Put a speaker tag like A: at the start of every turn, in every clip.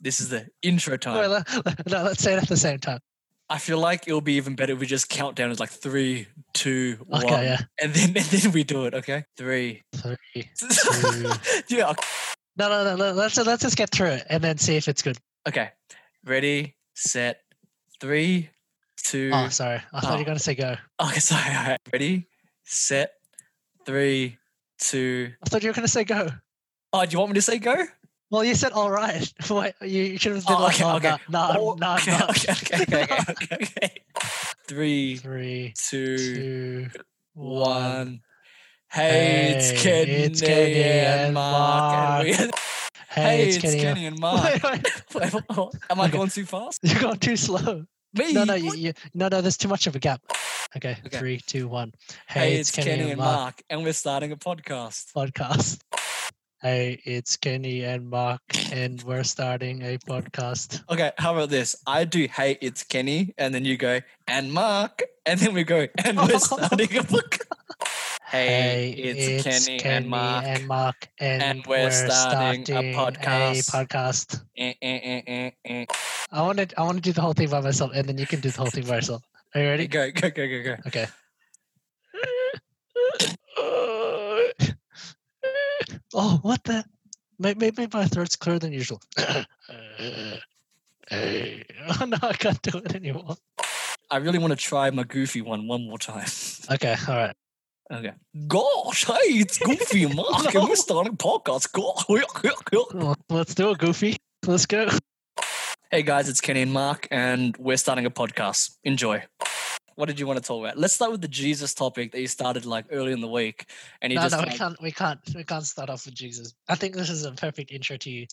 A: This is the intro time.
B: No, let, no, let's say it at the same time.
A: I feel like it'll be even better if we just count down as like three, two, one,
B: Okay, yeah.
A: and then and then we do it. Okay, three.
B: Three.
A: yeah. okay.
B: No, no, no, no. Let's let's just get through it and then see if it's good.
A: Okay. Ready, set, three, two.
B: Oh, sorry. I thought you were
A: Oh.
B: gonna say go.
A: Okay, sorry. All right. Ready, set, three, two.
B: I thought you were gonna say go.
A: Oh, do you want me to say go?
B: Well, you said all right. Wait, you, you should have been
A: Oh,
B: like,
A: okay,
B: oh,
A: okay.
B: no, no,
A: Oh,
B: I'm- no, I'm
A: okay,
B: not.
A: okay, okay, okay, okay, okay, okay. Three,
B: Three,
A: two,
B: two, one.
A: one. Hey, it's
B: Hey,
A: Kenny,
B: it's
A: and
B: Kenny and
A: Mark. and we-
B: Hey, it's Kenny.
A: and Mark.
B: Wait, wait,
A: Wait, what- what- Am I
B: Okay.
A: going too fast?
B: you're going too slow.
A: Me?
B: No, no, you,
A: What?
B: you, no, no. There's too much of a gap. Okay,
A: Okay.
B: three, two, one.
A: Hey, it's Kenny, and Mark, and we're starting a podcast.
B: podcast. Hey, it's Kenny and Mark, and we're starting a podcast.
A: Okay, how about this? I do hey, it's Kenny, and then you go and Mark, and then we go and we're starting a book. Hey, it's, Kenny, and Mark.
B: and Mark, and,
A: and we're starting a podcast.
B: podcast.
A: Eh, eh, eh, eh, eh.
B: I want to, I want to do the whole thing by myself, and then you can do the whole thing by yourself. Are you ready?
A: Go, go, go, go, go.
B: Okay. oh, what the? May- Maybe my throat's clearer than usual. Hey. Oh no, I can't do it anymore.
A: I really want to try my goofy one one more time.
B: Okay, all right.
A: Okay. Gosh, hey, it's Goofy and Mark, and we're starting a podcast. Gosh.
B: Well, let's do it, Goofy. Let's go.
A: Hey guys, it's Kenny and Mark, and we're starting a podcast. Enjoy. What did you want to talk about? Let's start with the Jesus topic that you started like early in the week, and you
B: No,
A: just
B: no, we
A: like-
B: can't. We can't. We can't start off with Jesus. I think this is a perfect intro to you.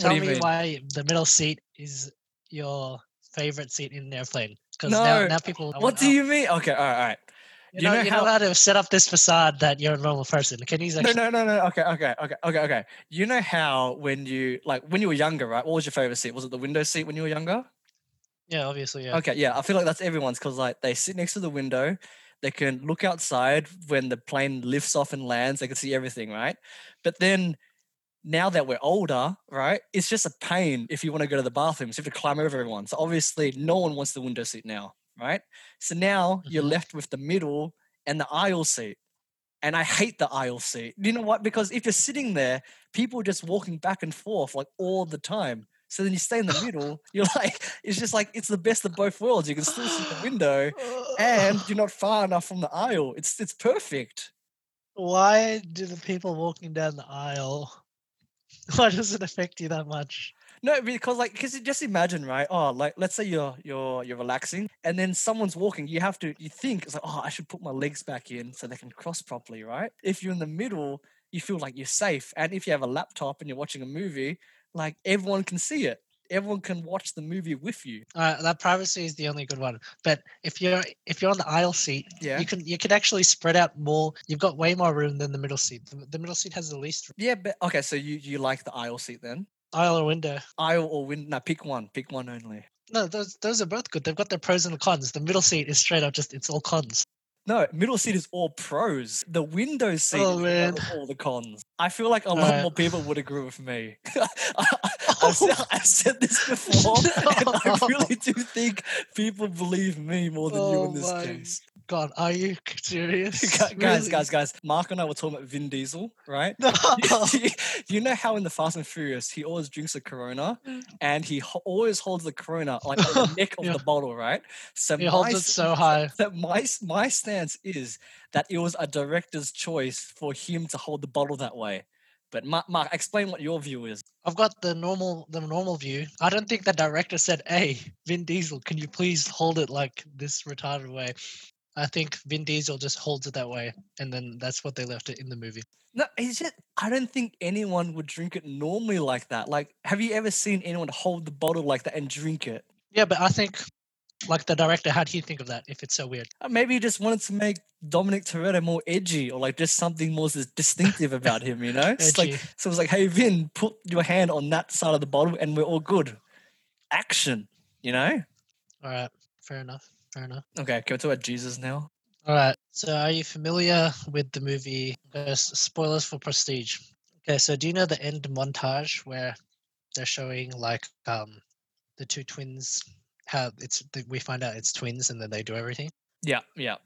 A: What do
B: Tell
A: you
B: me
A: mean?
B: why the middle seat is your favorite seat in an airplane. Because now,
A: No,
B: now people. I
A: what
B: want- oh,
A: do you mean? Okay, all right, all right.
B: You know, you know how to set up this facade that you're a normal person. Can you
A: No,
B: actually?
A: no, no, no. Okay, okay, okay, okay, okay. You know how when you like when you were younger, right? What was your favorite seat? Was it the window seat when you were younger?
B: Yeah, obviously. Yeah.
A: Okay, yeah. I feel like that's everyone's because like they sit next to the window, they can look outside when the plane lifts off and lands. They can see everything, right? But then now that we're older, right? It's just a pain if you want to go to the bathroom. So you have to climb over everyone. So obviously, no one wants the window seat now, right? So now you're
B: Mhm.
A: left with the middle and the aisle seat. And I hate the aisle seat. You know what? Because if you're sitting there, people are just walking back and forth like all the time. So then you stay in the middle. You're like, it's just like it's the best of both worlds. You can still see the window, and you're not far enough from the aisle. It's it's perfect.
B: why do the people walking down the aisle? Why does it affect you that much?
A: No, because like, because just imagine, right? Oh, like let's say you're you're you're relaxing, and then someone's walking. You have to you think it's like, oh, I should put my legs back in so they can cross properly, right? If you're in the middle, you feel like you're safe, and if you have a laptop and you're watching a movie, like everyone can see it. Everyone can watch the movie with you.
B: All right, that privacy is the only good one. But if you're if you're on the aisle seat,
A: Yeah.
B: you can you can actually spread out more. You've got way more room than the middle seat. The, the middle seat has the least room.
A: yeah, but okay. So you you like the aisle seat then?
B: aisle or window.
A: Aisle or window? No, pick one. Pick one only.
B: No, those those are both good. They've got their pros and cons. The middle seat is straight up just it's all cons.
A: No, middle seat is all pros. The window seat
B: Oh,
A: is
B: man.
A: all- all the cons. I feel like a lot
B: Alright.
A: more people would agree with me. I've, said, I've said this before, and I really do think people believe me more than you in
B: Oh
A: this
B: my
A: case.
B: God, are you serious?
A: Gu- Guys,
B: Really?
A: guys, guys, Mark and I were talking about Vin Diesel, right?
B: No.
A: you know how in the Fast and Furious he always drinks a Corona, and he ho- always holds the Corona like at the neck of
B: Mm. Yeah.
A: the bottle, right? So
B: He holds
A: my
B: it
A: s-
B: so high.
A: that my s- my stance is that it was a director's choice for him to hold the bottle that way. But Mark, Mark explain what your view is.
B: I've got the normal the normal view. I don't think the director said, "Hey, Vin Diesel, can you please hold it like this retarded way?" I think Vin Diesel just holds it that way, and then that's what they left it in the movie.
A: No, it's just I don't think anyone would drink it normally like that. Like, have you ever seen anyone hold the bottle like that and drink it?
B: Yeah, but I think like the director, how do you think of that? If it's so weird,
A: Uh, Maybe he just wanted to make Dominic Toretto more edgy, or like just something more s- distinctive about him. You know, It's like
B: Edgy.
A: so it was like, hey Vin, put your hand on that side of the bottle, and we're all good. Action, you know.
B: all right, fair enough, fair enough.
A: Okay, can we talk about Jesus now?
B: All right. So, are you familiar with the movie? uh, s- spoilers for Prestige. Okay, so do you know the end montage where they're showing like um the two twins how it's that we find out it's twins and then they do everything.
A: Yeah, yeah.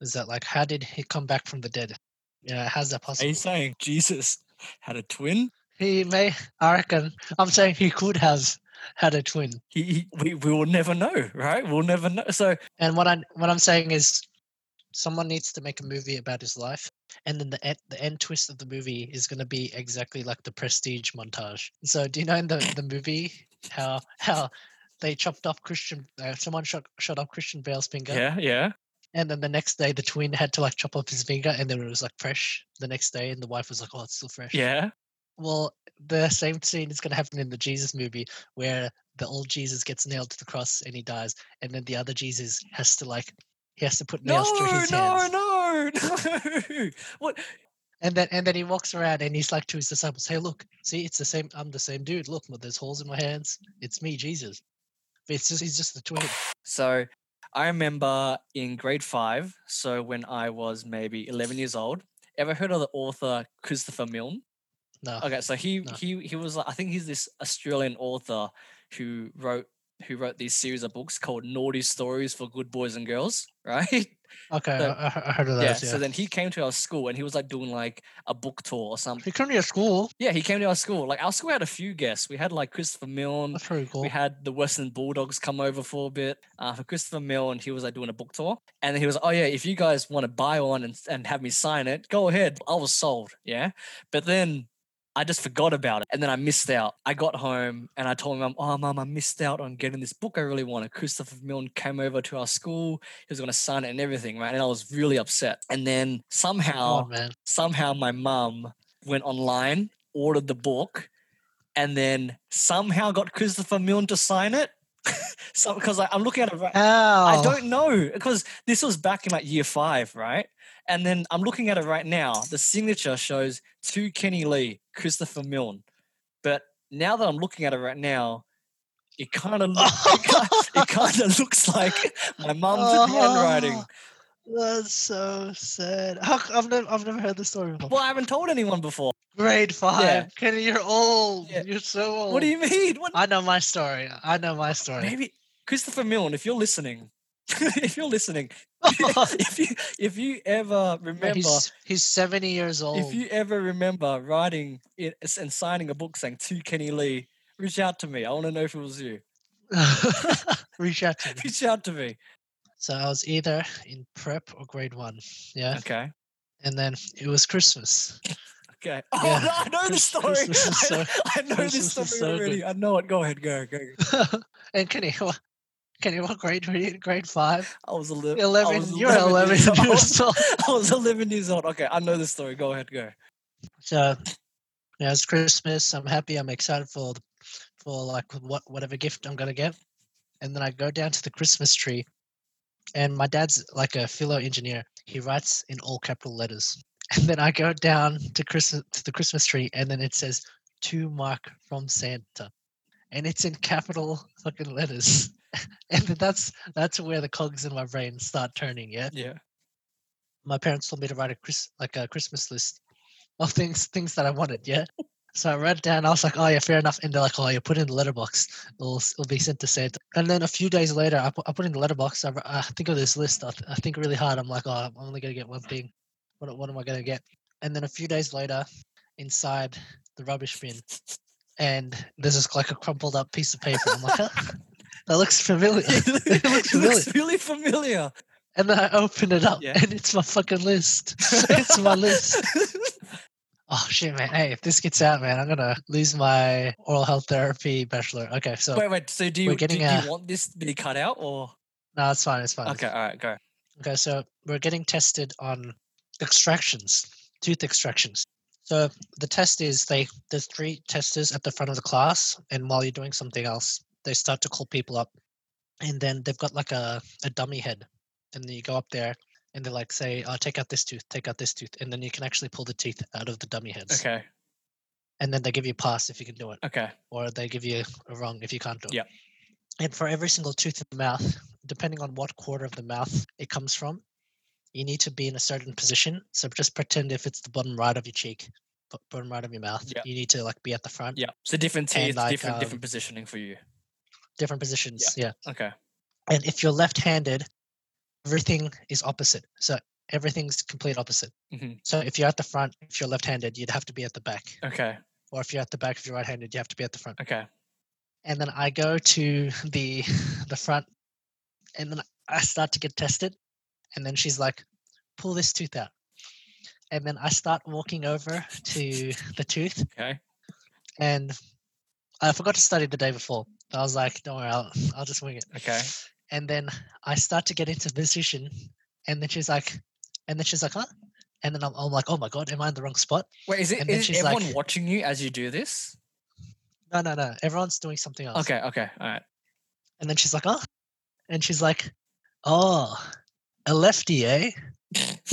B: Is that like how did he come back from the dead? Yeah, how's that
A: Are
B: possible?
A: you saying Jesus had a twin?
B: He may I reckon I'm saying he could have had a twin.
A: He, he we, we will never know, right? We'll never know. So
B: And what I what I'm saying is, someone needs to make a movie about his life, and then the end, the end twist of the movie is going to be exactly like the Prestige montage. So do you know in the the movie how how they chopped off Christian, uh, someone shot shot off Christian Bale's finger,
A: yeah, yeah.
B: and then the next day the twin had to like chop off his finger, and then it was like fresh the next day, and the wife was like, oh, it's still fresh.
A: Yeah.
B: Well, the same scene is going to happen in the Jesus movie where the old Jesus gets nailed to the cross and he dies, and then the other Jesus has to like he has to put
A: No,
B: nails through his
A: no,
B: hands,
A: no, no. What
B: and then and then he walks around and he's like to his disciples, "Hey, look, see, it's the same. I'm the same dude. Look, but there's holes in my hands. It's me, Jesus." But it's just he's just the twin.
A: So I remember in grade five, so when I was maybe 11 years old, ever heard of the author Christopher Milne?
B: No,
A: Okay, so he
B: Uh, No.
A: he he was like I think he's this Australian author who wrote who wrote these series of books called Naughty Stories for Good Boys and Girls, right?
B: okay,
A: so-
B: I, I- I heard of
A: yeah.
B: those. Oh, Yeah,
A: So then he came to our school and he was like doing like a book tour or something.
B: he couldn't be at school.
A: Yeah, he came to our school. Like our school had a few guests. We had like Christopher Milne,
B: That's pretty cool.
A: we had the Western Bulldogs come over for a bit uh, for Christopher Mill, and he was like doing a book tour. And he was, oh yeah, if you guys want to buy one and, and have me sign it, go ahead. I was sold, yeah. But then I just forgot about it, and then I missed out. I got home and I told my mum, oh mum, I missed out on getting this book I really wanted. Christopher Milne came over to our school. He was going to sign it and everything, right? And I was really upset. And then somehow
B: Oh man,
A: somehow my mum went online, ordered the book, and then somehow got Christopher Milne to sign it. so because I'm looking at it right.
B: how?
A: I don't know because this was back in like year five, right? And then I'm looking at it right now. The signature shows to Kenny Lee, Christopher Milne. But now that I'm looking at it right now, it kind of it kind of looks like my mum's handwriting.
B: Oh, That's so sad. How, c- I've never, I've never heard this story before.
A: Well, I haven't told anyone before.
B: Grade five. Kenny, you're old.
A: Yeah.
B: You're so old.
A: What do you mean? What?
B: I know my story. I know my story.
A: Maybe Christopher Milne, if you're listening, if you're listening, if you if you ever
B: Man,
A: remember,
B: he's he's seventy years old.
A: if you ever remember writing it s- and signing a book saying to Kenny Lee, reach out to me. I want to know if it was you.
B: Reach out to me.
A: Reach out to me.
B: So I was either in prep or grade one. Yeah,
A: Okay.
B: and then it was Christmas.
A: Okay. Oh,
B: Yeah.
A: no, I know this story.
B: Christ- Christmas is
A: I, I know this
B: Christmas
A: story
B: is so good.
A: already. I know it. Go ahead. Go. Go. go.
B: and Kenny, what, Kenny, what grade were you? in? Grade five.
A: I was ele- I
B: Eleven.
A: was
B: You're eleven
A: years old.
B: years old.
A: I was 11 years old. Okay. I know this story. Go ahead. Go.
B: So yeah, it's Christmas. I'm happy. I'm excited for the- for like what whatever gift I'm gonna get. And then I go down to the Christmas tree, and my dad's like a philo engineer. He writes in all capital letters. And then I go down to Christmas to the Christmas tree, and then it says to Mark from Santa, and it's in capital fucking letters. and then that's that's where the cogs in my brain start turning. Yeah
A: Yeah.
B: my parents told me to write a Chris like a Christmas list of things things that I wanted. Yeah. So I wrote it down. I was like, oh yeah, fair enough. And they're like, oh, you put it in the letterbox. It'll, s- it'll be sent to Santa. And then a few days later, I put, I put it in the letterbox. I, wr- I think of this list. I, th- I think really hard. I'm like, oh, I'm only gonna get one thing. What what am I gonna get? And then a few days later, inside the rubbish bin, and there's just like a crumpled up piece of paper. I'm like, huh? that looks familiar.
A: it
B: looks
A: looks really familiar.
B: And then I open it up,
A: Yeah.
B: and it's my fucking list. it's my list. Oh shit, man! Hey, if this gets out, man, I'm gonna lose my oral health therapy bachelor. Okay, so
A: wait, wait. So do
B: we're
A: you, do,
B: getting
A: do
B: a-
A: you want this to be cut out or?
B: no, it's fine. It's fine.
A: Okay, all right, go.
B: Okay, so we're getting tested on extractions, tooth extractions. So the test is they there's three testers at the front of the class, and while you're doing something else, they start to call people up, and then they've got like a, a dummy head, and then you go up there, and they like say, "Oh, take out this tooth, take out this tooth," and then you can actually pull the teeth out of the dummy heads,
A: Okay,
B: and then they give you a pass if you can do it.
A: okay.
B: or they give you a wrong if you can't do it.
A: Yep.
B: And for every single tooth in the mouth, depending on what quarter of the mouth it comes from, you need to be in a certain position. So just pretend if it's the bottom right of your cheek, bu- bottom right of your mouth.
A: Yeah.
B: You need to like be at the front,
A: Yeah. So different
B: And,
A: tiers,
B: like,
A: different
B: um,
A: different positioning for you.
B: different positions. Yeah.
A: Okay.
B: And if you're left-handed, everything is opposite. So everything's complete opposite.
A: Mhm.
B: So if you're at the front, if you're left-handed, you'd have to be at the back.
A: Okay.
B: Or if you're at the back, if you're right-handed, you have to be at the front.
A: Okay.
B: and then I go to the the front, and then I start to get tested, and then she's like, "Pull this tooth out," and then I start walking over to the tooth,
A: Okay.
B: and I forgot to study the day before. I was like, "Don't worry, I'll I'll just wing it."
A: Okay.
B: And then I start to get into position, and then she's like, and then she's like, "Huh?" And then I'm, I'm like, "Oh my god, am I in the wrong spot?"
A: Wait, is it,
B: And then
A: is it
B: she's like-
A: everyone watching you as you do this?
B: No, no, no. Everyone's doing something else.
A: Okay. Okay. All right.
B: And then she's like, oh. And she's like, oh, a lefty, eh?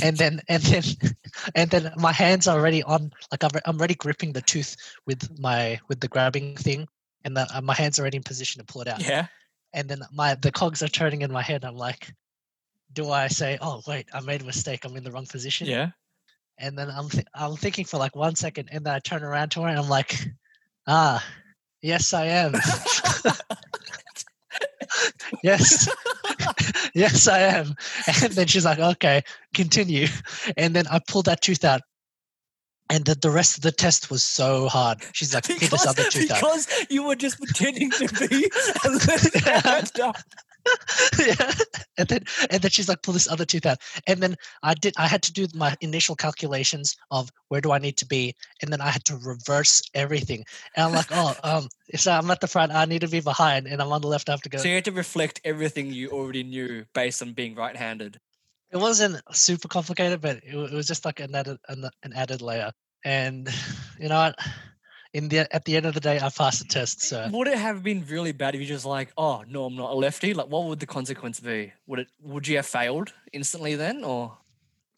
B: and then, and then, and then my hands are already on, like I've, I'm already gripping the tooth with my, with the grabbing thing. And the, uh, my hand's already in position to pull it out.
A: Yeah.
B: And then my, the cogs are turning in my head. I'm like, do I say, oh, wait, I made a mistake. I'm in the wrong position.
A: Yeah.
B: And then I'm, th- I'm thinking for like one second. And then I turn around to her and I'm like, ah, yes, I am. yes. yes, I am. And then she's like, okay, continue. And then I pulled that tooth out. And the, the rest of the test was so hard. She's like, pull this
A: because,
B: other tooth out.
A: because you were just pretending to be a left-hander.
B: yeah. And then and then she's like, pull this other tooth out. And then I did I had to do my initial calculations of where do I need to be? And then I had to reverse everything. And I'm like, oh, um, so I'm at the front, I need to be behind, and I'm on the left, I have to go.
A: So you had to reflect everything you already knew based on being right-handed.
B: it wasn't super complicated, but it, wa- it was just like an added an, an added layer. And you know, what? in the at the end of the day, I passed the test. So
A: Would it have been really bad if you just like, oh no, I'm not a lefty? Like, what would the consequence be? Would it? Would you have failed instantly then, or?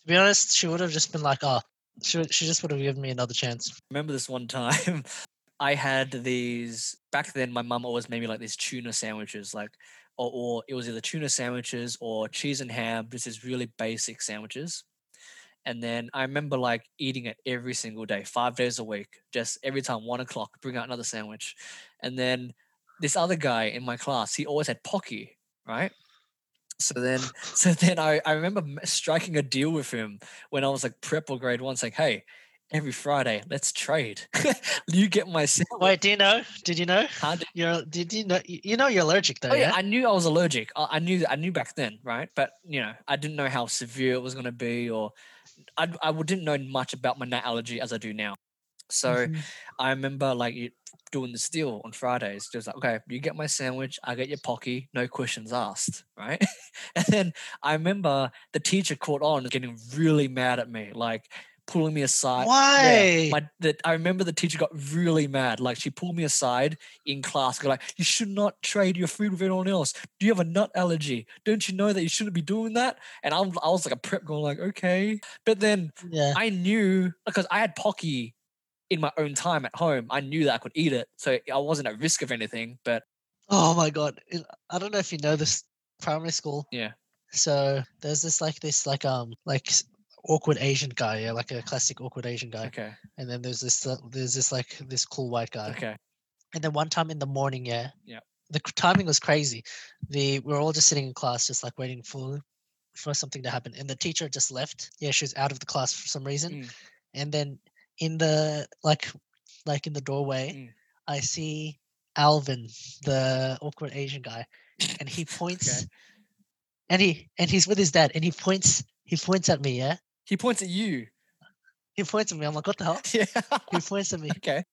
B: to be honest, she would have just been like, "Oh, she she just would have given me another chance."
A: remember this one time I had these back then my mum always made me like these tuna sandwiches like or, or it was either tuna sandwiches or cheese and ham this is really basic sandwiches and then I remember like eating it every single day five days a week just every time one o'clock bring out another sandwich and then this other guy in my class he always had pocky right so then so then I, I remember m- striking a deal with him when I was like prep or grade one saying hey every Friday. Let's trade. you get my sandwich.
B: Wait, do you know? Did you know?
A: huh? Did-
B: You're did you know? You you know you're allergic though,
A: Oh, yeah,
B: yeah?
A: I knew I was allergic. I, I knew I knew back then, right? But you know, I didn't know how severe it was going to be, or I I didn't know much about my nut allergy as I do now. So
B: Mhm.
A: I remember like you- doing this deal on Fridays. Just like, okay, you get my sandwich, I get your pocky, no questions asked, right? and then I remember the teacher caught on, getting really mad at me, like pulling me aside.
B: Why?
A: Yeah, my the, I remember the teacher got really mad. Like she pulled me aside in class, go like, "You should not trade your food with anyone else. Do you have a nut allergy? Don't you know that you shouldn't be doing that?" And I'm, I was like a prep going like, "Okay," but then
B: yeah.
A: I knew because I had Pocky in my own time at home. I knew that I could eat it, so I wasn't at risk of anything. But
B: Oh my god. It- I don't know if you know this primary school.
A: Yeah.
B: So there's this like this like um like s- awkward Asian guy, yeah, like a classic awkward Asian guy.
A: okay,
B: and then there's this uh, there's this like this cool white guy
A: okay,
B: and then one time in the morning yeah
A: Yep.
B: the c- timing was crazy the we were all just sitting in class just like waiting for for something to happen and the teacher just left yeah she was out of the class for some reason
A: Mm.
B: and then in the like like in the doorway
A: Mm.
B: i see alvin the awkward asian guy and he points and he and he's with his dad and he points he points at me yeah
A: he points at you.
B: he points at me i'm like what the hell
A: Yeah.
B: he points at me
A: okay.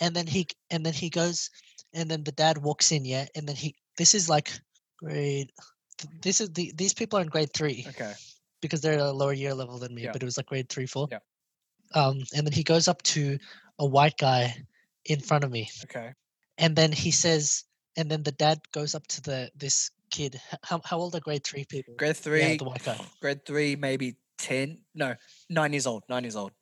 B: and then he and then he goes and then the dad walks in yeah and then he this is like grade th- this is the these people are in grade three
A: Okay.
B: because they're a lower year level than me
A: Yeah.
B: but it was like grade three four
A: Yeah.
B: um and then he goes up to a white guy in front of me
A: Okay.
B: and then he says and then the dad goes up to the this kid H- how, how old are grade three people
A: Grade
B: yeah
A: three.
B: the white guy
A: grade three, maybe ten. No, nine years old. Nine years old.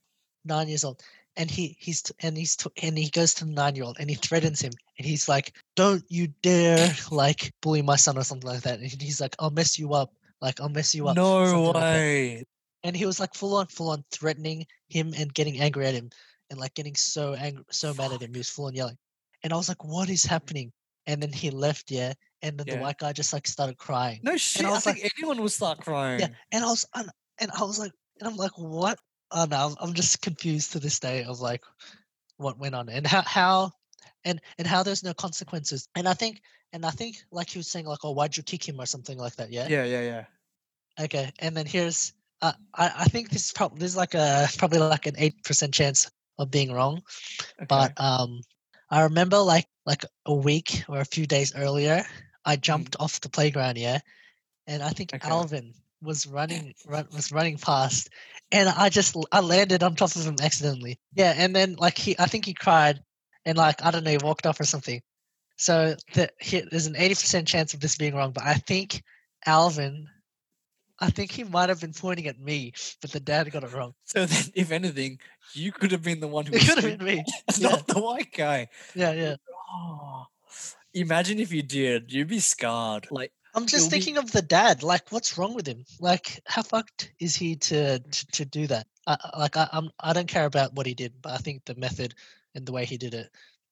B: nine years old and he he's t- and he's t- and he goes to the nine year old and he threatens him and he's like don't you dare like bully my son or something like that and he's like i'll mess you up like i'll mess you up
A: no
B: something like that.
A: way.
B: and he was like full on full on threatening him and getting angry at him and like getting so angry, so mad at him. He was full on yelling, and I was like, "What is happening?" And then he left, yeah, and then
A: Yeah.
B: the white guy just like started crying.
A: No shit. I,
B: was
A: think anyone will start crying.
B: Yeah, and I was and, and I was like, and I'm like, what? Oh no, I'm, I'm just confused to this day of like what went on and how how and and how there's no consequences. And I think and I think like he was saying like, oh, why'd you kick him or something like that? Yeah.
A: Yeah, yeah, yeah.
B: Okay. And then here's uh, I I think this is probably this is like a probably like an eight percent chance of being wrong,
A: Okay.
B: but um, I remember like like a week or a few days earlier, I jumped off the playground, yeah, and I think
A: Mm. Okay.
B: Alvin was running run, was running past, and I just I landed on top of him accidentally. Yeah, and then like he, I think he cried, and like I don't know, he walked off or something. So the, he, there's an eighty percent chance of this being wrong, but I think Alvin, I think he might have been pointing at me, but the dad got it wrong.
A: so then, if anything, you could have been the one who
B: It
A: was
B: could have
A: screaming,
B: been me.
A: not the white guy.
B: Yeah, yeah.
A: Oh. Imagine if you did, you'd be scarred. Like,
B: I'm
A: It'll
B: just
A: be-
B: thinking of the dad. Like, what's wrong with him? Like, how fucked is he to to, to do that? I, I- like, I, I'm I don't care about what he did, but I think the method and the way he did it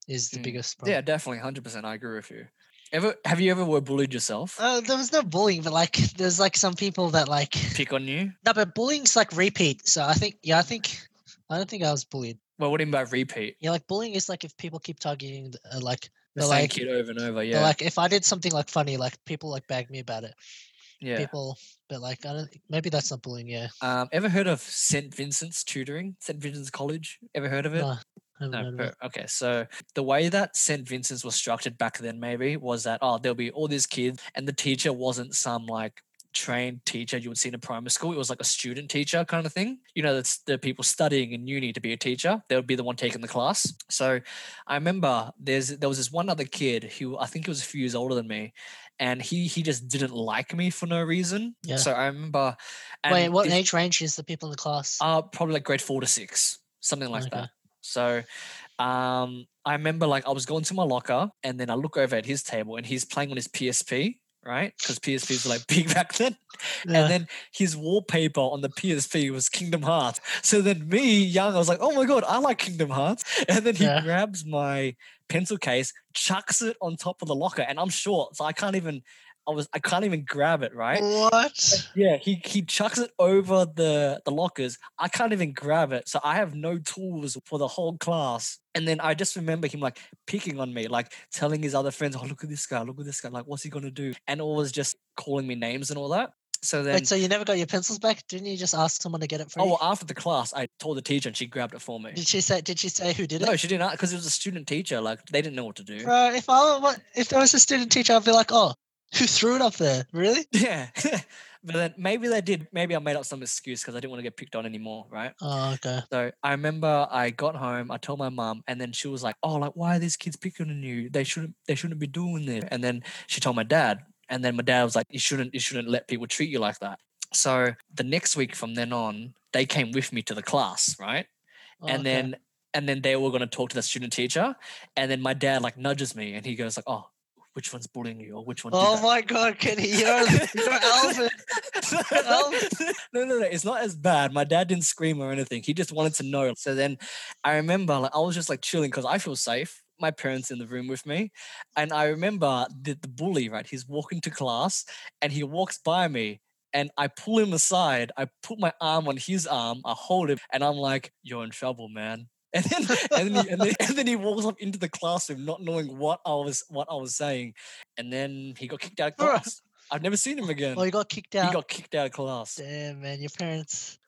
B: is the
A: Mm.
B: biggest
A: yeah,
B: problem.
A: definitely, hundred percent. I agree with you. Ever have you ever were bullied yourself?
B: Uh, there was no bullying, but like, there's like some people that like
A: Pick on you?
B: no, but bullying's like repeat. So I think yeah, I think I don't think I was bullied.
A: Well, what do you mean by repeat?
B: Yeah, like bullying is like if people keep targeting th- uh, like
A: The
B: They're
A: same
B: like-
A: kid over and over.
B: they're
A: Yeah,
B: like if I did something like funny, like people like bag me about it.
A: yeah.
B: People, but like I don't maybe that's not bullying. Yeah,
A: Um, ever heard of St. Vincent's tutoring? St. Vincent's College? Ever heard of it?
B: no, I haven't
A: No,
B: heard of it.
A: per- okay. So the way that St. Vincent's was structured back then, maybe, was that oh, there'll be all these kids, and the teacher wasn't some like trained teacher you would see in a primary school. It was like a student teacher kind of thing. You know, that's the people studying in uni to be a teacher. They would be the one taking the class. So I remember there's there was this one other kid who I think he was a few years older than me, and he he just didn't like me for no reason.
B: Yeah.
A: So I remember.
B: Wait, what
A: this-
B: age range is the people in the class?
A: uh, probably like grade four to six, something like
B: Okay.
A: that. So um, I remember like I was going to my locker and then I look over at his table and he's playing on his PSP, right? Because PSPs were like big back then.
B: Yeah.
A: And then his wallpaper on the PSP was Kingdom Hearts. So then me, young, I was like, oh my God, I like Kingdom Hearts. And then he
B: Yeah.
A: grabs my pencil case, chucks it on top of the locker, and I'm short, so I can't even. I was I can't even grab it, right?
B: What?
A: Yeah, he he chucks it over the the lockers. I can't even grab it, so I have no tools for the whole class. And then I just remember him like picking on me, like telling his other friends, "Oh, look at this guy! Look at this guy! Like, what's he gonna do?" And always just calling me names and all that. So then,
B: Wait, so you never got your pencils back? Didn't you just ask someone to get it for
A: oh,
B: you?
A: well, after the class, I told the teacher and she grabbed it for me.
B: did she say? Did she say who did
A: No,
B: it?
A: she didn't, because it was a student teacher. Like, they didn't know what to do.
B: Bro, if I were what if there was a student teacher, I'd be like, oh, who threw it up there? Really?
A: Yeah, but then maybe they did. Maybe I made up some excuse because I didn't want to get picked on anymore, right?
B: Oh, okay.
A: So I remember I got home, I told my mum, and then she was like, "Oh, like why are these kids picking on you? They shouldn't, they shouldn't be doing this." And then she told my dad, and then my dad was like, "You shouldn't, you shouldn't let people treat you like that." So the next week from then on, they came with me to the class, right?
B: Oh,
A: and
B: okay.
A: then and then they were going to talk to the student teacher, and then my dad like nudges me, and he goes like, "Oh, which one's bullying you, or which one?" did
B: Oh
A: that?"
B: my God, Kenny, you're, you're Alvin.
A: no, no, no. It's not as bad. My dad didn't scream or anything. He just wanted to know. So then I remember like I was just like chilling because I feel safe. My parents in the room with me. And I remember the, the bully, right? He's walking to class and he walks by me and I pull him aside. I put my arm on his arm. I hold him and I'm like, you're in trouble, man. And then, and, then, he- and, then, and then he walks up into the classroom, not knowing what I was what I was saying, and then he got kicked out of
B: Bruh.
A: class. I've never seen him again.
B: Oh, you got kicked out.
A: He got kicked out of class.
B: Damn, man, your parents.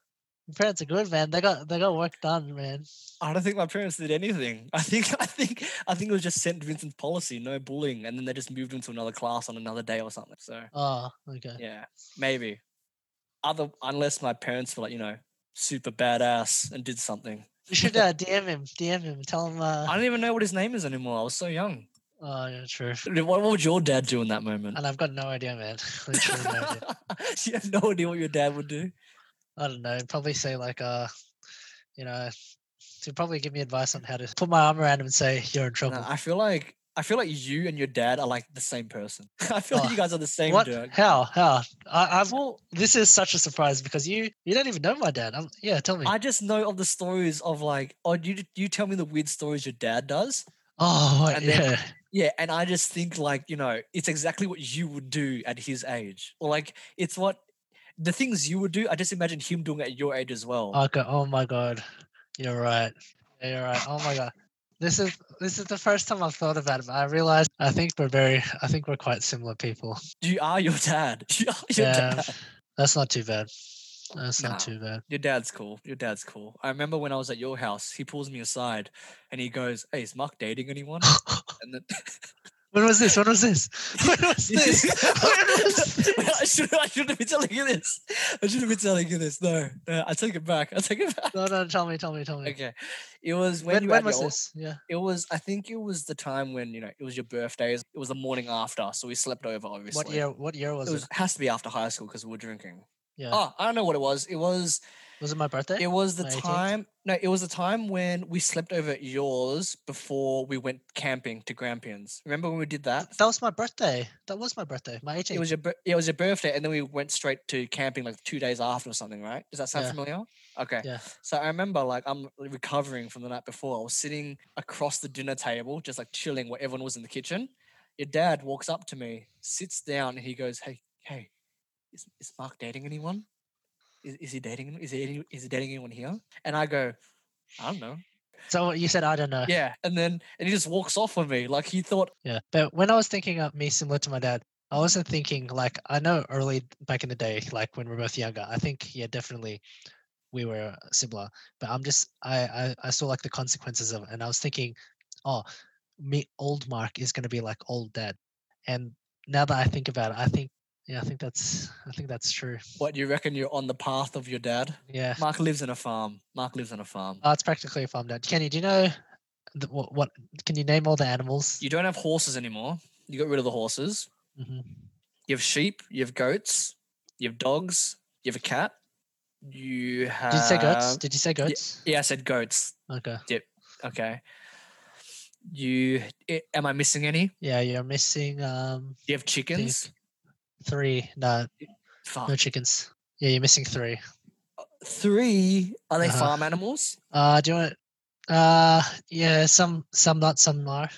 B: Your parents are good, man. They got they got work done, man.
A: I don't think my parents did anything. I think I think I think it was just St. Vincent's policy, no bullying, and then they just moved him to another class on another day or something. So
B: Oh, okay.
A: yeah, maybe. Other unless my parents were like you know super badass and did something.
B: You should uh, DM him. DM him. Tell him. Uh,
A: I don't even know what his name is anymore. I was so young.
B: oh, yeah, true.
A: What, what would your dad do in that moment?
B: And I've got no idea, man. Literally no idea.
A: you have no idea what your dad would do.
B: I don't know. Probably say like, uh, you know, to probably give me advice on how to put my arm around him and say you're in
A: No,
B: trouble.
A: I feel like I feel like you and your dad are like the same person. I feel
B: Oh,
A: like you guys are the same
B: what?
A: jerk.
B: How? How? I, I've all. This is such a surprise because you you don't even know my dad. i yeah, tell me.
A: I just know of the stories of like, oh, you you tell me the weird stories your dad does.
B: oh
A: and
B: yeah.
A: then- Yeah, and I just think like, you know, it's exactly what you would do at his age. Or like it's what the things you would do, I just imagine him doing at your age as well.
B: Okay. Oh my god. You're right. Yeah, You're right. Oh my god. This is this is the first time I've thought about it. But I realized I think we're very I think we're quite similar people.
A: you are your dad. You are your
B: Yeah.
A: dad.
B: That's not too bad. That's
A: Nah.
B: not too bad.
A: Your dad's cool. Your dad's cool. I remember when I was at your house, he pulls me aside and he goes, Hey, is Mark dating anyone? And then
B: when was this? When was this? When was this? When was
A: I
B: this?
A: should I shouldn't be telling you this. I shouldn't be telling you this. No, no, I take it back. I take it back.
B: No, no, tell me, tell me, tell me.
A: Okay, it was when,
B: When,
A: you
B: when
A: had
B: was
A: your-
B: this? Yeah.
A: It was I think it was the time when you know it was your birthdays. It was the morning after, so we slept over. Obviously,
B: What year? What year was
A: It
B: it?
A: was has to be after high school because we were drinking.
B: Yeah. Eh,
A: Oh, I don't know what it was. It was
B: Was it my birthday?
A: it was the
B: My 18th?
A: time. No, it was the time when we slept over at yours before we went camping to Grampians. Remember when we did that?
B: that was my birthday. That was my birthday. My 18th.
A: It was your bir- it was your birthday, and then we went straight to camping like two days after or something, right? Does that sound
B: Yeah.
A: familiar? Okay.
B: Yeah.
A: So I remember like I'm recovering from the night before. I was sitting across the dinner table, just like chilling, where everyone was in the kitchen. Your dad walks up to me, sits down, and he goes, "Hey, hey, is, is Mark dating anyone? Is, is he dating? any- Is he any- is he dating anyone here?" And I go, "I don't know."
B: so what you said I don't know.
A: Yeah. And then and he just walks off on me like he thought,
B: Yeah. But when I was thinking of me similar to my dad, I wasn't thinking like I know early back in the day, like when we were both younger, I think yeah, definitely we were similar. But I'm just I I, I saw like the consequences of it and I was thinking, oh, me old Mark is gonna be like old dad. And now that I think about it, I think yeah, I think that's I think that's true.
A: "What you reckon you're on the path of your dad?"
B: Yeah.
A: Mark lives on a farm. Mark lives on a farm.
B: Oh, it's practically a farm dad. Kenny, do you know the, what, what? Can you name all the animals?
A: You don't have horses anymore. You got rid of the horses.
B: hmm
A: You have sheep. You have goats. You have dogs. You have a cat. You have.
B: Did you say goats? Did you say goats?
A: Um, Yeah, I said goats.
B: Okay.
A: Okay. You i- am I missing any?
B: Yeah, you're missing um
A: You have chickens.
B: three. No, no
A: Fuck.
B: chickens. Yeah, you're missing three.
A: Three. Are they
B: Uh-huh.
A: farm animals?
B: Uh, do you want? Uh, yeah, some, some not, some are.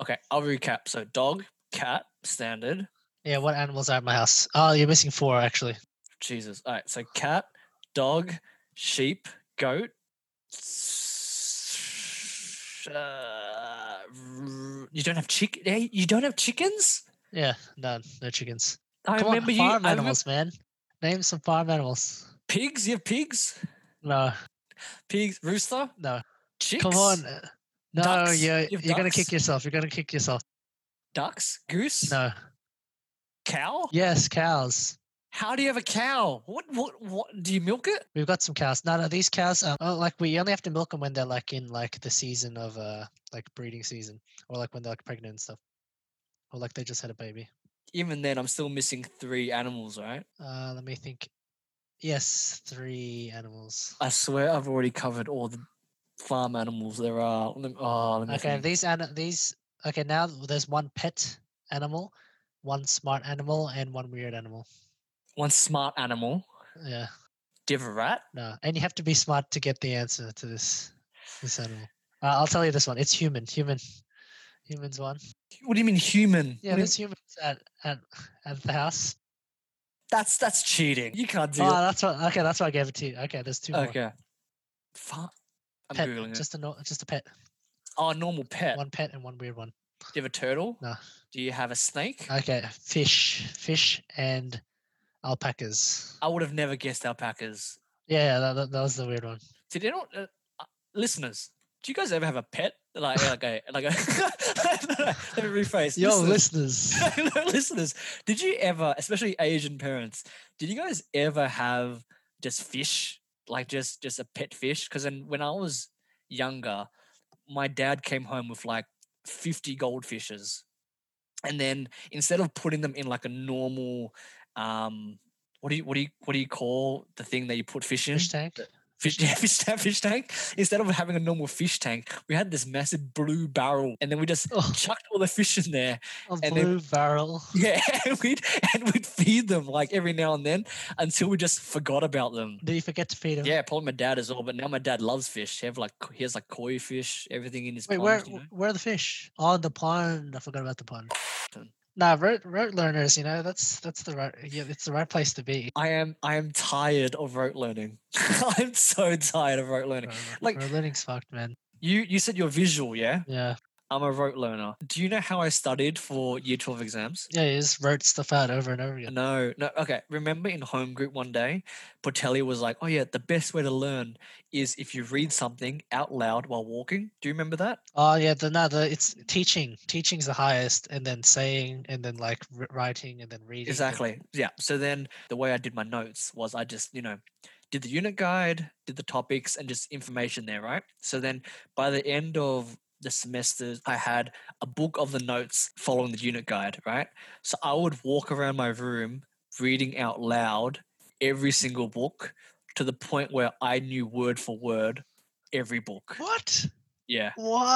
A: Okay, I'll recap. So dog, cat, standard.
B: Yeah, what animals are at my house? Oh, you're missing four actually.
A: Jesus. All right. So cat, dog, sheep, goat. s- Uh, r- you don't have chick. eh, You don't have chickens.
B: Yeah, none, no chickens.
A: I
B: Come
A: remember
B: on,
A: you.
B: farm
A: I remember-
B: animals, man. Name some farm animals.
A: pigs. You have pigs.
B: No,
A: Pigs. Rooster.
B: no.
A: Chicks.
B: Come on. uh, No,
A: Ducks?
B: you're
A: You have
B: you're gonna
A: ducks?
B: kick yourself. You're gonna kick yourself.
A: Ducks. Goose.
B: No.
A: Cow.
B: Yes, cows.
A: How do you have a cow? What? What? What? Do you milk it?
B: We've got some cows. No, no, these cows are oh, like we only have to milk them when they're like in like the season of uh like breeding season, or like when they're like pregnant and stuff, or like they just had a baby.
A: Even then, I'm still missing three animals. Right?
B: Uh, let me think. Yes, three animals.
A: I swear I've already covered all the farm animals there are. Lem- Oh, let me
B: Okay,
A: think.
B: these an these okay now there's one pet animal, one smart animal, and one weird animal.
A: one smart animal.
B: Yeah,
A: Do you have a rat?
B: no, and you have to be smart to get the answer to this this animal. Uh, I'll tell you this one. It's human. Human. Humans one.
A: What do you mean human?
B: Yeah,
A: What do you-
B: there's humans at, at at the house.
A: that's that's cheating. You can't do
B: oh,
A: that.
B: that's what. Okay, that's why I gave it to you. Okay, there's two more.
A: Okay. Fuck. I'm
B: Pet,
A: googling it.
B: just a nor- just a pet.
A: Oh, a normal pet.
B: One pet and one weird one.
A: Do you have a turtle?
B: No.
A: Do you have a snake?
B: Okay, fish, fish and alpacas.
A: I would have never guessed alpacas.
B: Yeah, yeah, that, that, that was the weird one.
A: Did anyone, uh, uh, listeners? Do you guys ever have a pet? Like, like a, like a. Let me rephrase.
B: Yo,
A: Listeners-
B: listeners.
A: No, listeners, did you ever, especially Asian parents, did you guys ever have just fish, like just just a pet fish? Because then when I was younger, my dad came home with like fifty goldfishes, and then instead of putting them in like a normal, um, what do you what do you what do you call the thing that you put fish in?
B: Fish tank.
A: fish, yeah, fish tank, fish tank. Instead of having a normal fish tank, we had this massive blue barrel, and then we just
B: Oh,
A: chucked all the fish in there.
B: a
A: and they-
B: blue barrel.
A: Yeah, and we'd and we'd feed them like every now and then until we just forgot about them.
B: Did you forget to feed him?
A: Yeah, probably my dad as well. But now my dad loves fish. He have like he has like koi fish, everything in his.
B: Wait,
A: pond,
B: where
A: you know?
B: where are the fish? Oh, the pond. I forgot about the pond.
A: Done.
B: Nah, rote, rote learners, you know that's that's the right yeah, it's the right place to be.
A: I am I am tired of rote learning. I'm so tired of rote learning.
B: Rote-
A: Like-
B: rote learning's fucked, man.
A: You you said you're visual, yeah?
B: Yeah,
A: I'm a rote learner. Do you know how I studied for year 12 exams?
B: yeah, you just wrote stuff out over and over again.
A: No, no. Okay. Remember in home group one day, Portelli was like, oh, yeah, the best way to learn is if you read something out loud while walking. Do you remember that?
B: Oh yeah, the no, the it's teaching. Teaching's the highest, and then saying, and then like wr- writing, and then reading. and-
A: Exactly. Yeah. So then the way I did my notes was I just, you know, did the unit guide, did the topics, and just information there, right? So then by the end of the semesters, I had a book of the notes following the unit guide, right? So I would walk around my room reading out loud every single book to the point where I knew word for word every book.
B: What?
A: Yeah.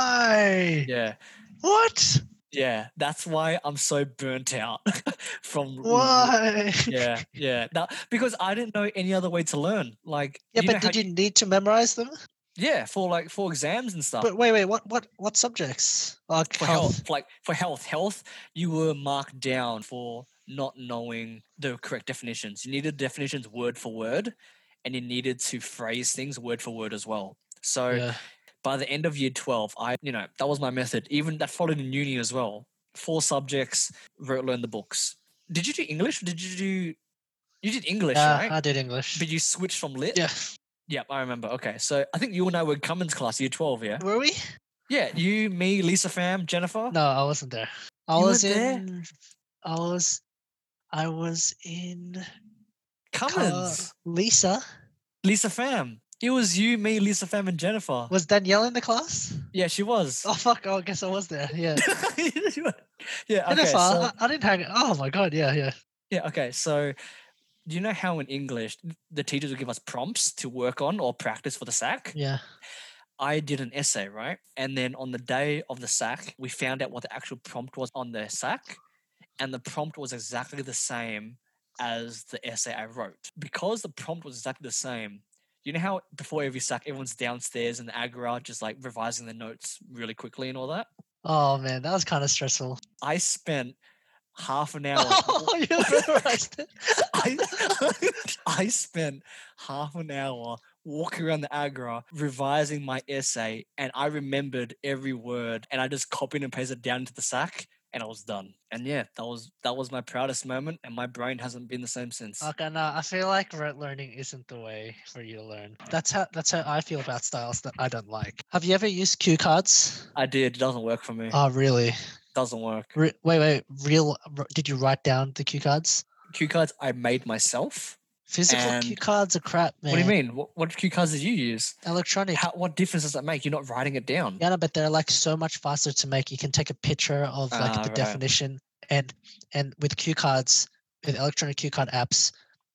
B: Why?
A: Yeah.
B: What?
A: Yeah. That's why I'm so burnt out from
B: Why?
A: yeah, yeah. That, because I didn't know any other way to learn. Like,
B: yeah,
A: know
B: but
A: how
B: did you need to memorize them?
A: Yeah, for like for exams and stuff.
B: But wait, wait, what, what, what subjects? Like
A: Oh. for health. like for health, health, you were marked down for not knowing the correct definitions. You needed definitions word for word, and you needed to phrase things word for word as well. So
B: Yeah.
A: by the end of year 12 i you know that was my method even that followed in uni as well four subjects wrote learn the books did you do english or did you do you did english
B: Yeah,
A: right
B: Uh, I did English.
A: but you switched from lit
B: yeah,
A: Yep, I remember. Okay, so I think you and I were in Cummins class, year 12, yeah?
B: were we?
A: Yeah, you, me, Lisa Pham, Jennifer.
B: No, I wasn't there. I
A: You were
B: was
A: there?
B: in. I was. I was in. Car-
A: Cummins,
B: Lisa
A: Lisa Pham. It was you, me, Lisa Pham, and Jennifer.
B: was Danielle in the class.
A: Yeah, she was.
B: Oh fuck! Oh, I guess I was there. Yeah.
A: You were- yeah, okay.
B: Jennifer,
A: So,
B: I, I didn't hang. Oh my god! Yeah, yeah.
A: yeah, okay. So, you know how in English the teachers would give us prompts to work on or practice for the SAC?
B: Yeah.
A: I did an essay, right? And then on the day of the SAC, we found out what the actual prompt was on the SAC, and the prompt was exactly the same as the essay I wrote. Because the prompt was exactly the same, you know how before every SAC, everyone's downstairs in the Agora just like revising the notes really quickly and all that?
B: Oh man, that was kind of stressful.
A: I spent half an hour.
B: Oh, you memorized it.
A: I, I spent half an hour walking around the Agora revising my essay, and I remembered every word, and I just copied and pasted it down into the sack, and I was done. And yeah, that was that was my proudest moment, and my brain hasn't been the same since.
B: Okay, no, I feel like rote learning isn't the way for you to learn. That's how that's how I feel about styles that I don't like. Have you ever used cue cards?
A: I did. It doesn't work for me.
B: Oh, really?
A: doesn't work.
B: Re- wait, wait. Real? r- Did you write down the cue cards?
A: Cue cards I made myself.
B: Physical cue
A: And-
B: cards are crap, man.
A: What do you mean? What, what cue cards did you use?
B: Electronic.
A: How, what difference does that make? You're not writing it down.
B: Yeah, no, but they're like so much faster to make. You can take a picture of like
A: Ah,
B: the
A: right.
B: definition, and and with cue cards, with electronic cue card apps,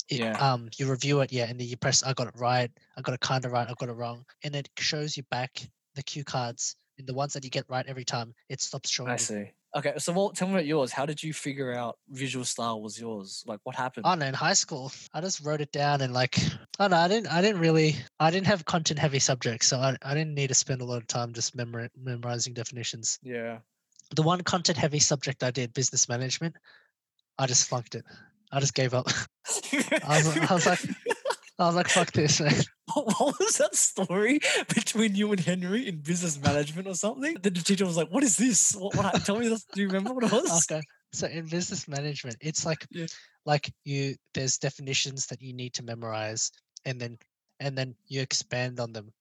B: it,
A: Yeah.
B: um, you review it, yeah, and then you press, I got it right, I got it kind of right, I got it wrong, and it shows you back the cue cards and the ones that you get right every time. It stops showing.
A: I
B: you.
A: see. Okay, so well, tell me about yours. How did you figure out visual style was yours? Like, what happened?
B: I don't know, in high school, I just wrote it down and like, I don't know, I didn't, I didn't really, I didn't have content heavy subjects, so I, I didn't need to spend a lot of time just memori- memorizing definitions.
A: yeah.
B: The one content heavy subject I did, business management, I just flunked it. I just gave up. I was,
A: Uh-huh.
B: I was like, I was like, fuck this, man.
A: what, what was that story between you and Henry in business management or something? The teacher was like, "What is this? What, what hap- tell me this. Do you remember what it was?"
B: Okay. So in business management, it's like
A: Yeah.
B: like you there's definitions that you need to memorize and then and then you expand on them.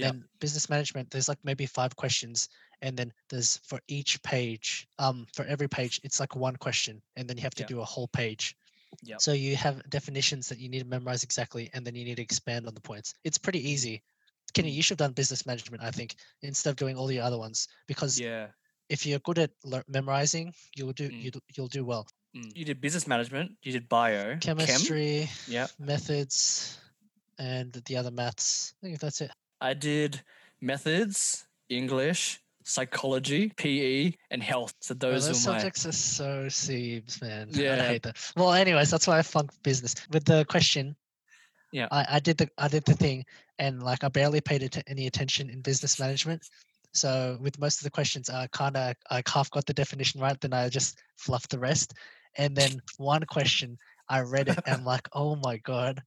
A: Yep.
B: then business management, there's like maybe five questions and then there's for each page, um for every page, it's like one question and then you have to
A: Yep.
B: do a whole page.
A: Yep.
B: So you have definitions that you need to memorize exactly and then you need to expand on the points. It's pretty easy. Kenny,
A: Mm.
B: you should have done business management, I think, instead of doing all the other ones because
A: Yeah.
B: if you're good at lear memorizing, you'll do
A: Mm.
B: you'll, do- you'll do well.
A: You did business management. You did bio, chem,
B: Chemistry,
A: yeah.
B: methods, and the other maths. I think that's it.
A: I did methods, English, psychology, PE, and health. So
B: Bro,
A: those,
B: those
A: were my.
B: subjects are so seams, man. Yeah. I
A: Yeah.
B: hate that. Well, anyways, that's why I flunked business. With the question,
A: Yeah.
B: I, I did the I did the thing, and like I barely paid atten- any attention in business management. So with most of the questions, I kind of I half got the definition right, then I just fluffed the rest. And then one question, I read it, and I'm like, oh my god,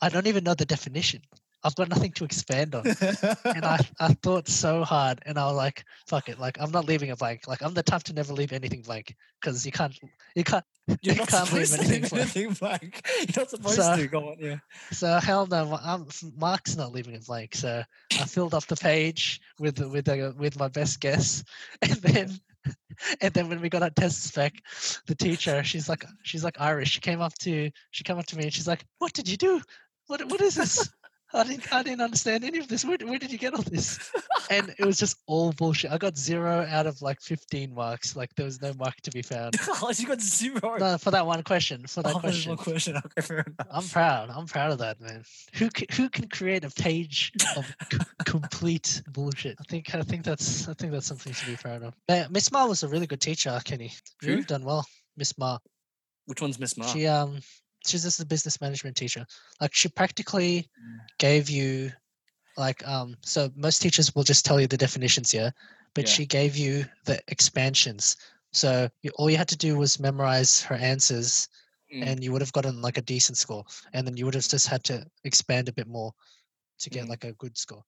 B: I don't even know the definition. I've got nothing to expand on and I, I thought so hard and I was like, fuck it, like I'm not leaving a blank. Like I'm the type to never leave anything blank because you can't you can't
A: You're
B: I
A: not
B: can't leave
A: supposed to
B: anything
A: leave
B: blank.
A: anything blank. You're not supposed
B: So-
A: to. Go on, yeah.
B: so hell no I'm, Mark's not leaving a blank. So I filled up the page with the- with the, with my best guess and then and then when we got our tests back, the teacher, she's like she's like Irish. She came up to she came up to me and she's like, What did you do? What what is this? I didn't I didn't understand any of this. Where, where did you get all this? and it was just all bullshit. I got zero out of like 15 marks. Like there was no mark to be found.
A: Oh, you got zero.
B: No, for that one question. For that
A: Oh, there's
B: question.
A: no question. Okay, fair enough.
B: I'm proud. I'm proud of that, man. Who can, who can create a page of c- complete bullshit? I think I think that's I think that's something to be proud of. But Miss Ma was a really good teacher, Kenny.
A: Who?
B: You've done well, Miss Ma.
A: Which one's Miss Mark?
B: She um she's just a business management teacher. Like she practically
A: Mm.
B: gave you like um so most teachers will just tell you the definitions, yeah. But
A: Yeah.
B: she gave you the expansions. So you, all you had to do was memorize her answers
A: Mm.
B: and you would have gotten like a decent score. And then you would have just had to expand a bit more to get
A: Mm.
B: like a good score.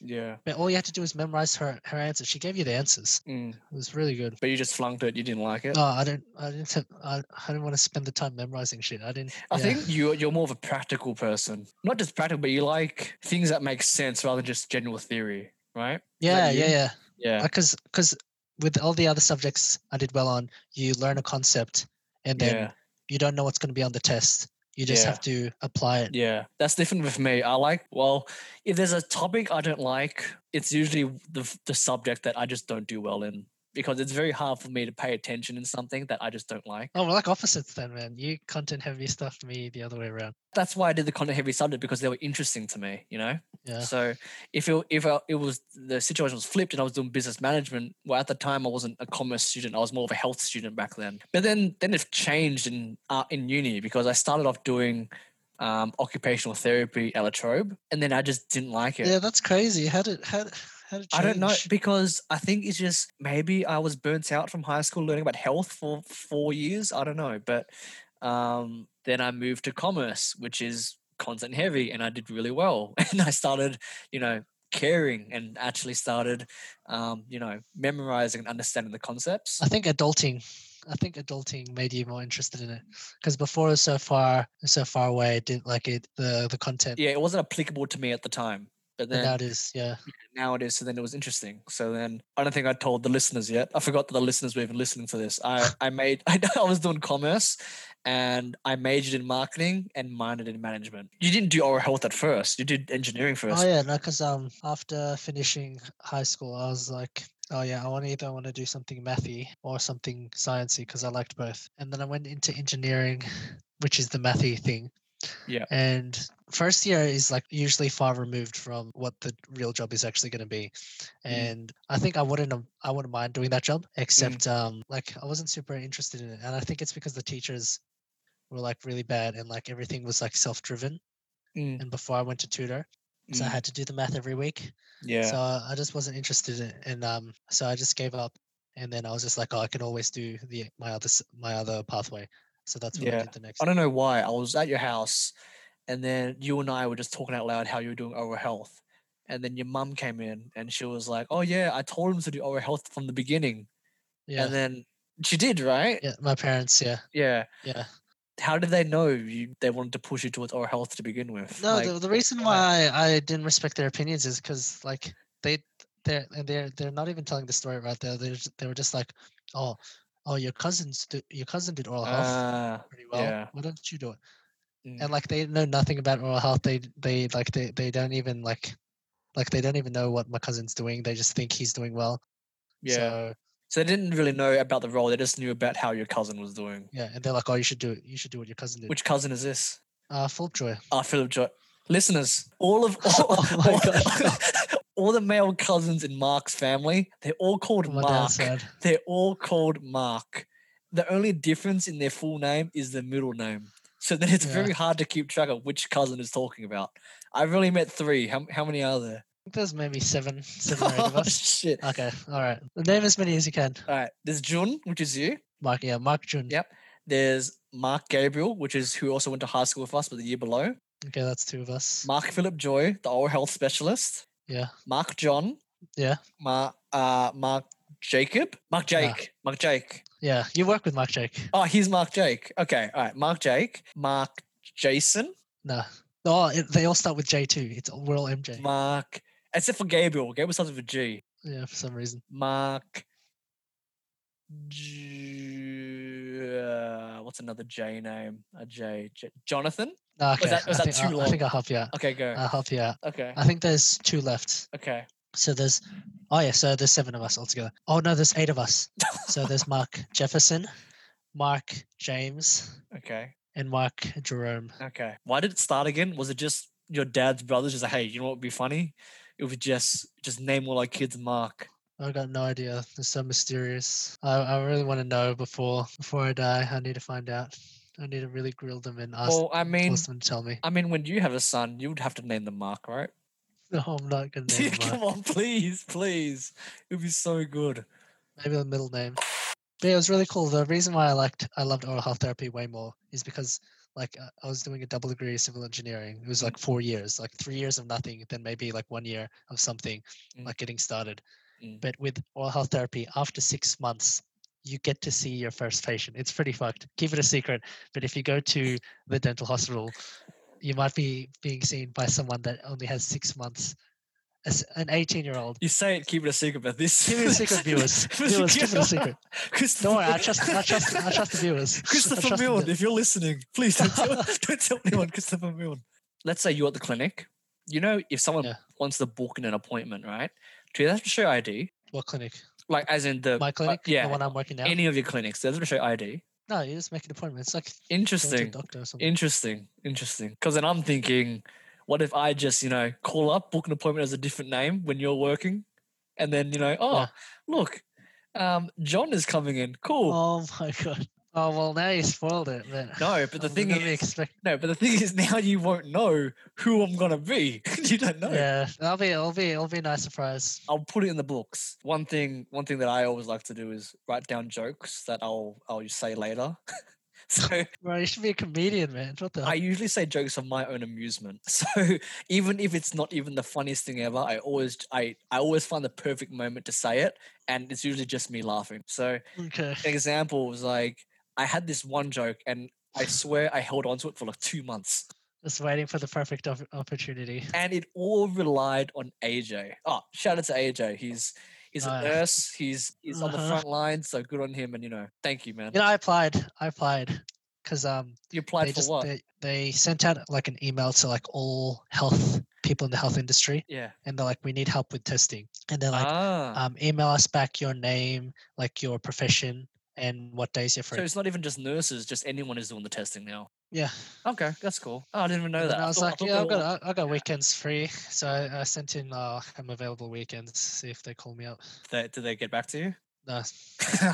A: yeah.
B: But all you had to do was memorize her her answers. She gave you the answers.
A: Mm.
B: It was really good.
A: But you just flunked it. You didn't like it.
B: No, I don't I didn't have, I, I didn't want to spend the time memorizing shit. I didn't
A: I
B: yeah.
A: think you you're more of a practical person. Not just practical, but you like things that make sense rather than just general theory, right?
B: Yeah,
A: you?
B: yeah, yeah.
A: Yeah.
B: because because with all the other subjects I did well on, you learn a concept and then
A: yeah.
B: you don't know what's going to be on the test. You just
A: Yeah.
B: have to apply it.
A: Yeah. That's different with me. I like well, if there's a topic I don't like, it's usually the f- the subject that I just don't do well in because it's very hard for me to pay attention in something that I just don't like.
B: Oh, we're like opposites then, man. You content heavy stuff, me the other way around.
A: That's why I did the content heavy subject because they were interesting to me, you know?
B: Yeah,
A: So if it, if I, it was the situation was flipped and I was doing business management, well, at the time I wasn't a commerce student; I was more of a health student back then. But then then it changed in uh, in uni because I started off doing um, occupational therapy at La Trobe, and then I just didn't like it.
B: yeah, that's crazy. How did how did- how did
A: I don't know
B: change?
A: because I think it's just maybe I was burnt out from high school learning about health for four years. I don't know, but um, then I moved to commerce, which is content heavy, and I did really well. And I started, you know, caring and actually started, um, you know, memorizing and understanding the concepts.
B: I think adulting. I think adulting made you more interested in it because before it was so far so far away. It didn't like it the the content.
A: Yeah, it wasn't applicable to me at the time, but
B: But
A: then
B: now it is. Yeah,
A: now it is. So then it was interesting. So then I don't think I told the listeners yet. I forgot that the listeners were even listening to this. I, I made, I, was doing commerce and I majored in marketing and minored in management. You didn't do oral health at first, you did engineering first.
B: Oh yeah, no, because um, after finishing high school, I was like, oh yeah, I want to either want to do something mathy or something sciencey because I liked both. And then I went into engineering, which is the mathy thing.
A: Yeah.
B: And first year is like usually far removed from what the real job is actually going to be,
A: Mm.
B: and I think I wouldn't have- I wouldn't mind doing that job except um like I wasn't super interested in it, and I think it's because the teachers were like really bad and like everything was like self driven.
A: Mm,
B: And before I went to tutor so I
A: mm,
B: had to do the math every week.
A: yeah.
B: So I I just wasn't interested in, and um, so I just gave up. And then I was just like, oh, I can always do the my other s- my other pathway. So that's what I
A: Yeah.
B: did the next.
A: I don't know why. I was at your house and then you and I were just talking out loud how you were doing oral health. And then your mum came in and she was like, oh yeah, I told him to do oral health from the beginning.
B: Yeah,
A: And then she did, right?
B: yeah, my parents. Yeah,
A: yeah.
B: yeah.
A: how did they know you they wanted to push you towards oral health to begin with?
B: No,
A: Like, uh,
B: the, the reason why I didn't respect their opinions is because like they they're and they're they're not even telling the story right there. They they were just like, oh, oh, your cousins, do, your cousin did oral health
A: Ah,
B: pretty well.
A: yeah.
B: Why don't you do it?
A: mm,
B: and like they know nothing about oral health they they like they, they don't even like like they don't even know what my cousin's doing they just think he's doing well
A: yeah. So,
B: so,
A: they didn't really know about the role. They just knew about how your cousin was doing.
B: yeah and they're like oh you should do it you should do what your cousin did
A: Which cousin is this?
B: uh Fuljoy.
A: Ah, Philip Joy. listeners, all of all,
B: Oh my
A: all-
B: God.
A: all the male cousins in Mark's family, they're all called
B: My dad
A: Mark.
B: said.
A: They're all called Mark. The only difference in their full name is the middle name. So then it's
B: Yeah.
A: very hard to keep track of which cousin is talking about. I've only met three. How, how many are there?
B: There's maybe seven, seven or eight of
A: Oh,
B: us. Uh,
A: shit. All
B: Okay, all right. Name as many as you can.
A: right. There's Jun, which is you.
B: Mark, yeah, Mark June.
A: Yep. There's Mark Gabriel, which is who also went to high school with us, but the year below.
B: Okay, that's two of us.
A: Mark Philip Joy, the oral health specialist.
B: Yeah.
A: Mark John.
B: Yeah.
A: Mark, uh, Mark Jacob. Mark
B: Nah.
A: Jake. Mark Jake.
B: Yeah, you work with Mark Jake.
A: Oh, he's Mark Jake. Okay. All right. Mark Jake. Mark Jason.
B: No. Oh, it, they all start with J too. It's all- we're all MJ.
A: Mark. Except for Gabriel. Gabriel starts with a G.
B: yeah, for some reason.
A: Mark. J- uh, what's another J name? A J. J- Jonathan.
B: No, okay.
A: that- was
B: I,
A: that
B: think, I-
A: too
B: I, think I'll help you out.
A: Okay, go.
B: I'll help you out.
A: okay.
B: I think there's two left.
A: Okay.
B: So there's, oh yeah, so there's seven of us altogether. Oh no, there's eight of us. So there's Mark Jefferson, Mark James,
A: Okay.
B: and Mark Jerome.
A: Okay. Why did it start again? Was it just your dad's brothers just like, hey, you know what would be funny? It would just just name all our kids Mark.
B: I got no idea. It's so mysterious. I, I really want to know before before I die. I need to find out. I need to really grill them and ask,
A: Well, I mean,
B: ask them to tell me.
A: I mean, when you have a son, you would have to name them Mark, right?
B: No, I'm not gonna name them. Mark.
A: Come on, please, please. It would be so good.
B: Maybe the middle name. But yeah, it was really cool. The reason why I liked I loved oral health therapy way more is because like uh, I was doing a double degree in civil engineering. It was like four years, like three years of nothing, then maybe like one year of something,
A: Mm.
B: like getting started.
A: Mm.
B: But with oral health therapy, after six months, you get to see your first patient. It's pretty fucked. Keep it a secret. But if you go to the dental hospital, you might be being seen by someone that only has six months, as an 18 year old.
A: You say it, keep it a secret, but this
B: Keep it a secret, viewers. Viewers, keep it a secret. Don't worry, I trust, I trust, I trust the viewers. I
A: Christopher
B: trust the
A: Milne,
B: vi-
A: if you're listening, please don't tell, don't tell anyone, Christopher Milne. Let's say you're at the clinic. You know, if someone
B: Yeah.
A: wants to book in an appointment, right? Do they have to show ID?
B: What clinic?
A: Like, as in the
B: My clinic?
A: yeah,
B: The one I'm working at?
A: any of your clinics? They have to show ID.
B: no, you just make an appointment. It's like going to a
A: Interesting,
B: doctor or something.
A: interesting, interesting. Because then I'm thinking, what if I just you know call up, book an appointment as a different name when you're working, and then you know, oh
B: Yeah.
A: look, um, John is coming in. Cool.
B: Oh my god. Oh, well, now you spoiled it. But
A: No, but the
B: I'm
A: thing
B: gonna be
A: is-
B: expect-
A: No, but the thing is, now you won't know who I'm gonna be. you don't know.
B: yeah, that'll be, it'll be, it'll be a nice surprise.
A: I'll put it in the books. One thing, one thing that I always like to do is write down jokes that I'll I'll say later. so
B: Bro, you should be a comedian, man. What the?
A: I usually say jokes for my own amusement. So even if it's not even the funniest thing ever, I always I I always find the perfect moment to say it, and it's usually just me laughing. So
B: okay.
A: an example was like I had this one joke, and I swear I held on to it for like two months.
B: Just waiting for the perfect op- opportunity.
A: and it all relied on AJ. Oh, shout out to AJ. He's he's
B: Oh,
A: a
B: yeah.
A: nurse. He's he's on the
B: Uh-huh.
A: front line. So good on him. And you know, thank you, man.
B: You know, I applied. I applied because um,
A: you applied
B: they
A: for
B: just
A: what?
B: they, they sent out like an email to like all health people in the health industry,
A: yeah.
B: and they're like, we need help with testing, and they're like,
A: ah.
B: um, email us back your name, like your profession, and what days you're free.
A: so it's not even just nurses. Just anyone is doing the testing now.
B: yeah.
A: Okay, that's cool. Oh, I didn't even know
B: And
A: that.
B: then I was
A: thought-
B: like,
A: thought
B: yeah,
A: they
B: I've
A: were all-
B: got I, I got weekends free, so I, I sent in uh, I'm available weekends. See if they call me up.
A: They- did they get back to you?
B: No.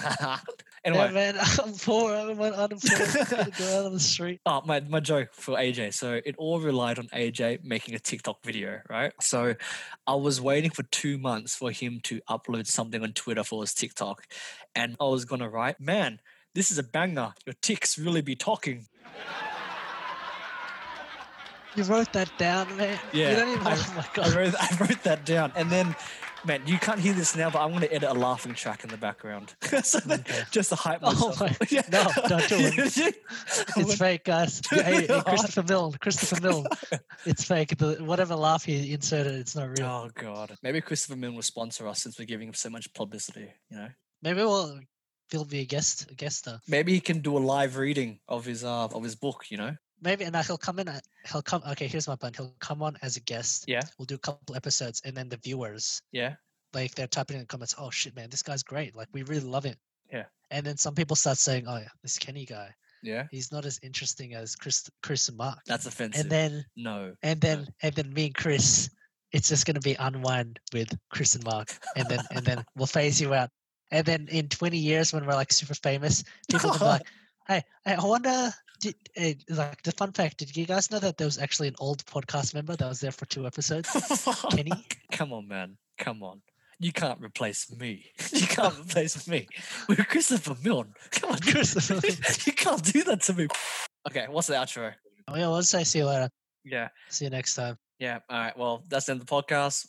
B: Yeah,
A: anyway.
B: man, I'm poor. I'm un- unemployed. I'm gonna go out on the street.
A: Oh, my, my joke for AJ. So it all relied on AJ making a TikTok video, right? So I was waiting for two months for him to upload something on Twitter for his TikTok. And I was going to write, man, this is a banger. Your ticks really be talking.
B: You wrote that down, man.
A: Yeah,
B: You don't even.
A: I-
B: oh my
A: I
B: god.
A: wrote, I wrote that down. And then, man, you can't hear this now, but I'm going to edit a laughing track in the background. so that,
B: Okay.
A: just to hype
B: Oh
A: myself.
B: my-
A: up. Yeah.
B: no, don't do it.
A: Yeah, yeah.
B: It's fake, guys. Yeah, hey, hey, Christopher Milne. Christopher Milne. It's fake. The, whatever laugh he inserted, it's not real.
A: Oh god. Maybe Christopher Milne will sponsor us since we're giving him so much publicity, you know.
B: Maybe we'll he'll be a guest, a guest star.
A: Maybe he can do a live reading of his uh of his book, you know.
B: Maybe and uh, he'll come in. At, he'll come. Okay, here's my plan. He'll come on as a guest.
A: Yeah.
B: We'll do a couple episodes, and then the viewers,
A: Yeah.
B: like they're typing in the comments, "Oh shit, man, this guy's great. Like we really love it."
A: Yeah.
B: And then some people start saying, "Oh yeah, this Kenny guy."
A: Yeah.
B: He's not as interesting as Chris, Chris and Mark.
A: That's offensive.
B: And then,
A: no.
B: and then, and then me and Chris, it's just going to be unwind with Chris and Mark, and then, and then we'll phase you out. And then in 20 years, when we're like super famous, people will be like, hey, hey, I wonder, did, eh, like the fun fact, did you guys know that there was actually an old podcast member that was there for two episodes? Kenny?
A: Come on, man. Come on. You can't replace me. You can't replace me. We're Christopher Milne. Come on.
B: Christopher.
A: you can't do that to me. Okay, what's the outro?
B: Oh, yeah, we'll say see you later.
A: Yeah.
B: See you next time.
A: Yeah. All right. Well, that's the end of the podcast.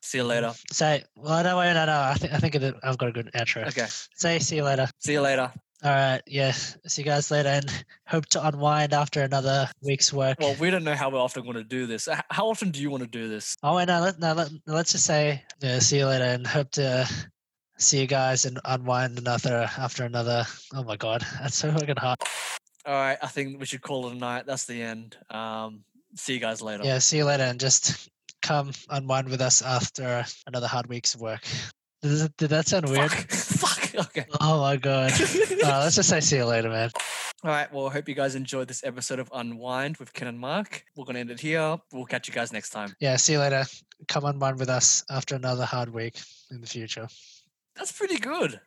A: See you later.
B: Say, well, no, wait, no, no. I think I think it, I've got a good outro.
A: Okay.
B: Say, see you later.
A: See you later.
B: All right, yeah. See you guys later, and hope to unwind after another week's work.
A: Well, we don't know how we're often going to do this. H- How often do you want to do this?
B: oh wait, no, let, no. Let, let's just say, yeah. See you later, and hope to see you guys and unwind another after another. Oh my god, that's so fucking hard.
A: All right. I think we should call it a night. That's the end. Um, see you guys later.
B: Yeah. See you later, and just come unwind with us after another hard week's work. Did, that- did that sound weird?
A: Fuck. Fuck. Okay.
B: Oh my god. Uh, let's just say see you later, man.
A: All right. Well, I hope you guys enjoyed this episode of Unwind with Ken and Mark. We're going to end it here. We'll catch you guys next time.
B: Yeah, see you later. Come on, one with us after another hard week in the future.
A: That's pretty good.